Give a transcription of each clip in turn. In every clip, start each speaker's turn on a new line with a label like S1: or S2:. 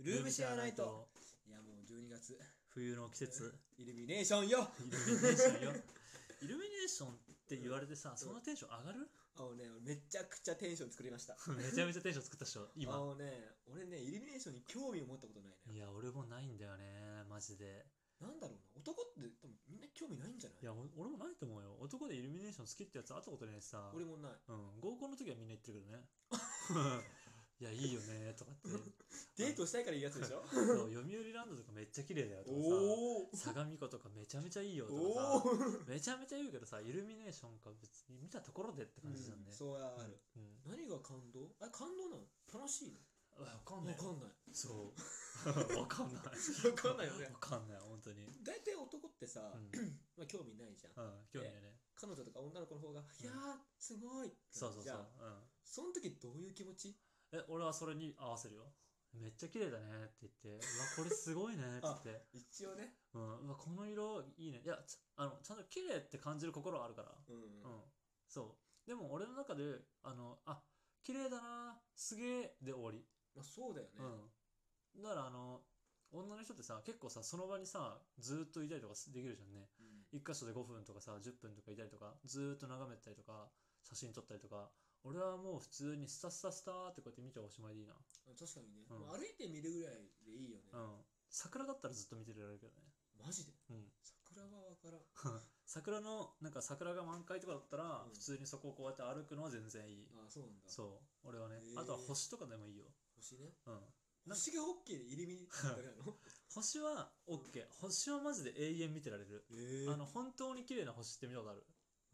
S1: ルームシェアナイトいやもう12月
S2: 冬の季節
S1: イルミネーションよ
S2: イルミネーションよ イルミネーションって言われてさそのテンション上がる
S1: あのねめちゃくちゃテンション作りました
S2: めちゃめちゃテンション作ったっしょ
S1: あ
S2: 今
S1: のね俺ねイルミネーションに興味を持ったことないの
S2: い
S1: よ
S2: や俺もないんだよねマジで
S1: なんだろうな男って多分みんな興味ないんじゃ
S2: い
S1: ない
S2: やお俺もないと思うよ男でイルミネーション好きってやつ会ったことないしさ
S1: 俺もない
S2: うん、合コンの時はみんな言ってるけどね いやいいよねとかって
S1: デートしたいからいいやつでしょ
S2: そう読売ランドとかめっちゃ綺麗だよとか
S1: おお
S2: さ相模湖とかめちゃめちゃいいよと
S1: お
S2: かさ
S1: お
S2: めちゃめちゃ言うけどさイルミネーションか別に見たところでって感じなんで、
S1: うんそうやある
S2: うん、
S1: 何が感動あれ感動なの楽しいの
S2: わかんな
S1: わ
S2: い
S1: かんない
S2: そう わかんない
S1: わかんないよね
S2: わかんない本当に
S1: 大体男ってさ
S2: うん、
S1: まあ興味ないじゃん
S2: うん、興味ないね
S1: 彼女とか女の子の方が「いやーすごい!」って
S2: そうそう
S1: じ
S2: そ
S1: ゃ
S2: う
S1: あ、その時どういう気持ち
S2: うん、え俺はそれに合わせるよめっちゃ綺麗だねって言ってうわこれすごいねって言って
S1: 一応ね
S2: うん、うわこの色いいねいやちあのちゃんと綺麗って感じる心はあるから、
S1: うんうん
S2: うんそうでも俺の中であのあ綺麗だなすげえで終わり、
S1: まあそうだよね
S2: うんだからあの女の人ってさ結構さその場にさずーっといたりとかできるじゃんね
S1: うん
S2: 一箇所で5分とかさ10分とかいたりとかずーっと眺めてたりとか写真撮ったりとか俺はもう普通にスタスタスターってこうやって見ておしまいでいいな、
S1: 確かにね
S2: うん
S1: もう歩いてみるぐらいでいいよね
S2: うん、桜だったらずっと見てられるけどね
S1: マジで
S2: うん
S1: 桜はわからんあ
S2: 桜のなんか桜が満開とかだったら
S1: うん
S2: 普通にそこをこうやって歩くのは全然いい、
S1: あそうなんだ
S2: そう俺はね、
S1: へえ
S2: あとは星とかでもいいよ、
S1: 星ね
S2: うん、なんか
S1: 星がホッケーで入り見だけな の
S2: 星は OK 星はマジで永遠見てられる、
S1: え
S2: あの本当に綺麗な星って見たことある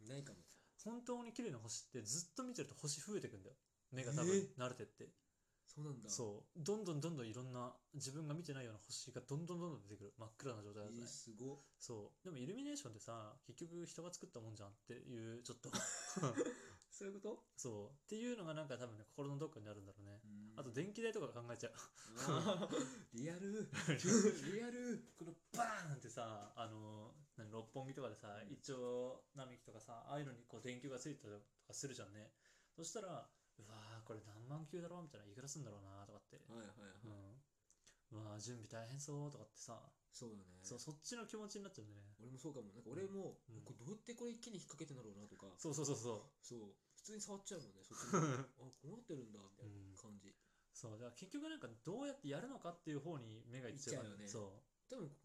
S1: ないかも
S2: 本当に綺麗な星ってずっと見てると星増えてくんだよ目が多分
S1: ええ
S2: 慣れてって、
S1: そうなんだ
S2: そうどんどんどんどんいろんな自分が見てないような星がどんどんどんどん出てくる真っ暗な状態だと
S1: え
S2: ね
S1: ーすごっ
S2: そうでもイルミネーションってさ結局人が作ったもんじゃんっていうちょ っと
S1: そういうこと
S2: そうっていうのがなんか多分ね心のどっかにあるんだろうね、あと電気代とか考えちゃう
S1: あーリアルリアル
S2: このバーンってさあの何六本木とかでさ、
S1: うん
S2: 一応並木とかさああいうのにこう電球がついてたりとかするじゃんねそしたらうわーこれ何万球だろうみたいないくらすんだろうなとかって、
S1: はいはいはい
S2: うん、うわー準備大変そうとかってさ、
S1: そうだね
S2: そうそっちの気持ちになっちゃうんだよね
S1: 俺もそうかもなんか俺も
S2: うん
S1: これどうやってこれ一気に引っ掛けてんだろうなとか
S2: そうそうそうそう
S1: そう普通に触っちゃうもんねそっち にあこうなってるんだみたい
S2: うん
S1: な感じ
S2: そうだから結局なんかどうやってやるのかっていう方に目がいっちゃうから
S1: いっちゃうよね
S2: そ
S1: 多分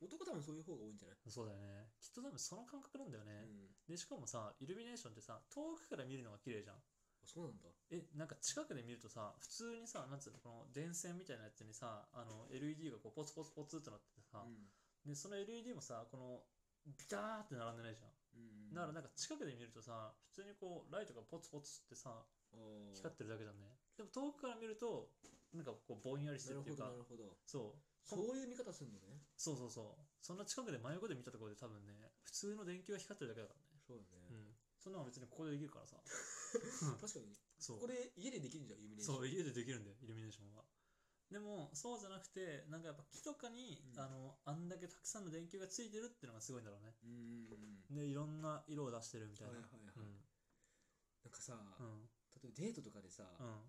S1: 男多分そういう方が多いんじゃないう
S2: そうだよねきっと多分その感覚なんだよね、
S1: うん
S2: でしかもさイルミネーションってさ遠くから見るのが綺麗じゃん
S1: あそうなんだ
S2: えなんか近くで見るとさ普通にさなんつうのこの電線みたいなやつにさあの LED がこうポツポツポツってなっててさ、
S1: うん
S2: でその LED もさこのビターって並んでないじゃん、
S1: うん
S2: だからなんか近くで見るとさ普通にこうライトがポツポツってさ
S1: あー
S2: 光ってるだけじゃんねでも遠くから見るとなんかこうぼんやりして
S1: な
S2: る
S1: る
S2: ってい
S1: ほ
S2: うか
S1: どなるほど
S2: そう
S1: そういう見方すんのね
S2: そうそうそうそんな近くで真横で見たところで多分ね普通の電球が光ってるだけだからね
S1: そうだ
S2: う
S1: ね
S2: んそんなの別にここでできるからさ
S1: 確かに
S2: そう
S1: これ家でできるんじゃんイルミネーション
S2: そう家でできるんだよイルミネーションはでもそうじゃなくてなんかやっぱ木とかに、
S1: うん
S2: あのあんだけたくさんの電球がついてるっていうのがすごいんだろうね
S1: うんうんうん
S2: でいろんな色を出してるみたい
S1: は
S2: ない
S1: はいはいなんかさ
S2: うん
S1: 例えばデートとかでさ
S2: うん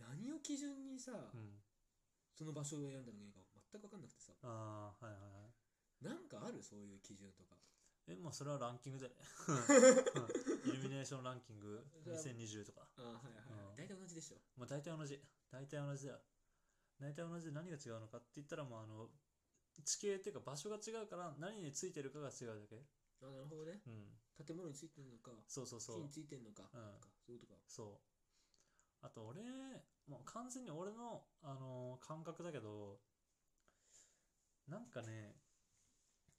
S1: 何を基準にさ
S2: うんうん
S1: その場所を選んだのがいいか全く分かんなくてさ
S2: ああはいはいはい
S1: なんかあるそういう基準とか
S2: えもうそれはランキングでイルミネーションランキング2020とか
S1: あーはいはい
S2: うん
S1: 大体同じでしょ
S2: まあ、大体同じ大体同じだよ大体同じで何が違うのかって言ったらもうあの地形っていうか場所が違うから何についてるかが違うだけ
S1: あなるほどね
S2: うん
S1: 建物についてるのか
S2: そうそうそ
S1: 木
S2: う
S1: についてるのか
S2: うん
S1: なんかそういうことか
S2: そうあと俺もう完全に俺の、あのー感覚だけどなんかね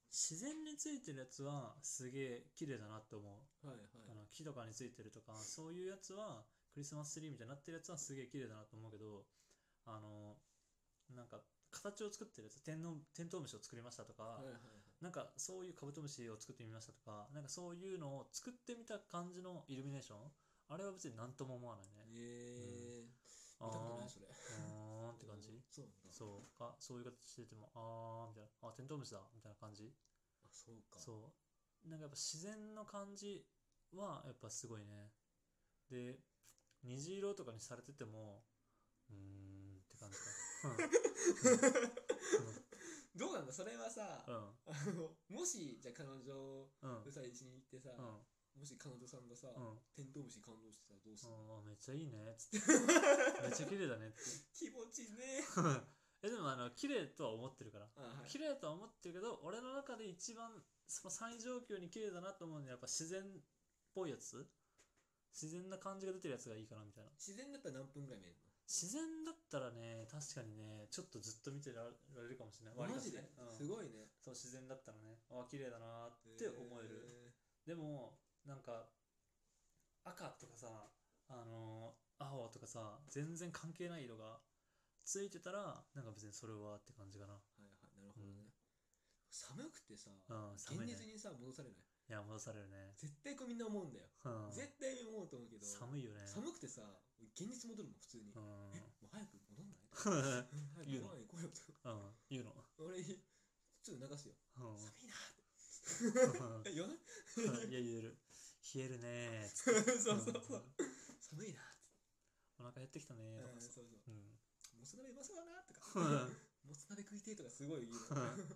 S2: 自然についてるやつはすげえ綺麗だなって思う
S1: はいはい
S2: あの木とかについてるとかそういうやつはクリスマスツリーみたいになってるやつはすげえ綺麗だなと思うけどあのなんか形を作ってるやつテンのテントウムシを作りましたと
S1: は
S2: か、
S1: いはいはい
S2: なんかそういうカブトムシを作ってみましたとかなんかそういうのを作ってみた感じのイルミネーションあれは別に何とも思わないね
S1: えー
S2: あー
S1: 見たことないそれ
S2: あーんって感じ
S1: そうなんだ
S2: そうかそういう形しててもあーみたいなあテントウムシだみたいな感じ
S1: あそうか
S2: そうなんかやっぱ自然の感じはやっぱすごいねで虹色とかにされててもうーんって感じか
S1: どうなんだそれはさ、
S2: うん
S1: あのもしじゃあ彼女
S2: うんうん
S1: うさぎしに行ってさ、
S2: うん
S1: もし彼女さんがさ、
S2: うん
S1: テントウムシに感動してたらどうするの、
S2: あーめっちゃいいねっつってめっちゃ綺麗だねって
S1: 気持ちいい ね
S2: えでもあの綺麗とは思ってるから
S1: あ、はい、
S2: 綺麗とは思ってるけど俺の中で一番その最上級に綺麗だなと思うのはやっぱ自然っぽいやつ自然な感じが出てるやつがいいかなみたいな
S1: 自然だったら何分ぐらい見える
S2: 自然だったらね確かにねちょっとずっと見てられるかもしれない
S1: の
S2: 割
S1: マ
S2: か
S1: ジ
S2: し
S1: で、
S2: ねうん
S1: すごいね
S2: そう自然だったらねああ綺麗だなーって思える、でもなんか赤とかさあのー青とかさ全然関係ない色がついてたらなんか別にそれはって感じかな
S1: はいはいなるほどね、寒くてさ、
S2: うん
S1: 現
S2: 寒いね
S1: 実にさ戻されない
S2: いや戻されるね、
S1: 絶対こうみんな思うんだよ、
S2: うん、
S1: 絶対に思うと思うけど
S2: 寒いよね
S1: 寒くてさ現実戻るもん普通に、
S2: う
S1: も
S2: ん
S1: う早く戻んない
S2: うん
S1: 早く
S2: 言う
S1: ご
S2: の
S1: 飯行こうよと
S2: 言うの
S1: 俺ちょっと流すよ、
S2: うん
S1: 寒いなー ってえ
S2: うん
S1: 言わない
S2: いや言える冷えるねーつって
S1: そうそうそう寒いなーって
S2: うんお腹減ってきたねーと
S1: うん
S2: かさ
S1: そうそう
S2: うん
S1: もつ鍋うまそうだなとか
S2: うん
S1: もつ鍋食いてえとかすごい言う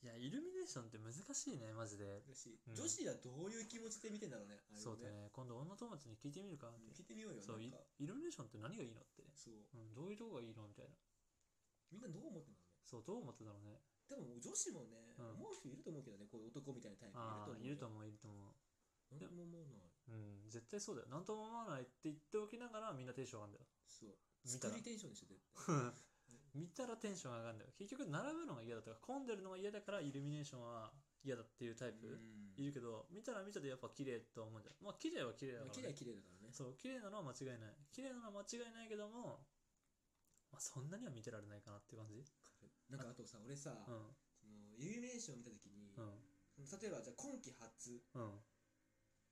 S2: いやイルミネーションって難しいねマジで
S1: のし
S2: うん
S1: 女子はどういう気持ちで見てんだろうねあれ
S2: そうだね今度女友達に聞いてみるかっ
S1: うん
S2: て
S1: 聞いてみようよ
S2: そう
S1: なん
S2: イ
S1: か
S2: イルミネーションって何がいいのって、
S1: そう
S2: うん、どういうとこがいいのみたいな
S1: みんなどう思ってんだろうね
S2: そうどう思ってたろうね
S1: でも女子もね、
S2: うん
S1: 思う人いると思うけどねこういう男みたいなタイプ
S2: ああい
S1: いる
S2: ると
S1: と思う
S2: 思ういると思う
S1: よなんとも思うない
S2: うん絶対そうだよ何とも思わないって言っておきながらみんなテンション上がるん
S1: そう
S2: 見
S1: 作
S2: たら
S1: りテンションでしょ絶対
S2: だよ見たらテンション上がるんだよ結局並ぶのが嫌だとか混んでるのが嫌だからイルミネーションは嫌だっていうタイプ、
S1: うん
S2: いるけど見たら見たでやっぱ綺麗と思うんだよまあ綺麗は綺麗だ
S1: ま
S2: か
S1: あ
S2: ら、ね、
S1: 綺麗は綺麗だからね
S2: そう綺麗なのは間違いない綺麗なのは間違いないけども、まあ、そんなには見てられないかなっていう感じ
S1: なんかあとさ俺さ、
S2: うん
S1: そのイルミネーション見た時に、
S2: うん
S1: 例えばじゃあ今季初
S2: うん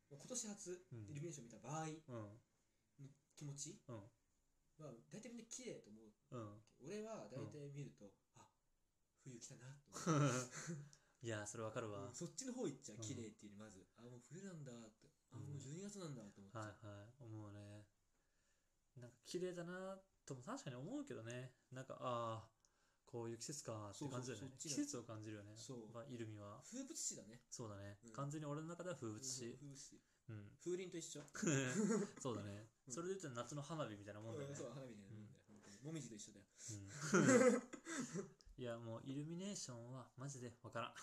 S1: 今年初
S2: うん
S1: イルミネーション見た場合
S2: うん
S1: の気持ち
S2: うん
S1: は大体みんな綺麗と思う
S2: うん
S1: 俺は大体見ると、あ冬来たなと
S2: いやそれわかるわ、
S1: 思ううんそっちの方行っちゃ
S2: うん
S1: 綺麗っていうよりまず、あもう冬なんだってあ
S2: うん
S1: もう12月なんだと思っち
S2: はい
S1: ゃう、
S2: はい思うねなんか綺麗だなとも確かに思うけどねなんかああこういう季節かって感じだよ
S1: そうそ
S2: ね
S1: うそっち
S2: 季
S1: が
S2: 節を感じるよね
S1: そう
S2: まあイルミは
S1: 風物詩だね
S2: そうだね、
S1: うん
S2: 完全に俺の中では風物
S1: うん
S2: 詩
S1: 風物詩
S2: うん、
S1: 風鈴と一緒、
S2: そうだね、
S1: うん
S2: それで言うと夏の花火みたいなもんだよ
S1: う
S2: ね
S1: ん そう花火みたいなもんだよ、本当にもみじと一緒だよ
S2: うんいやもうイルミネーションはマジでわからん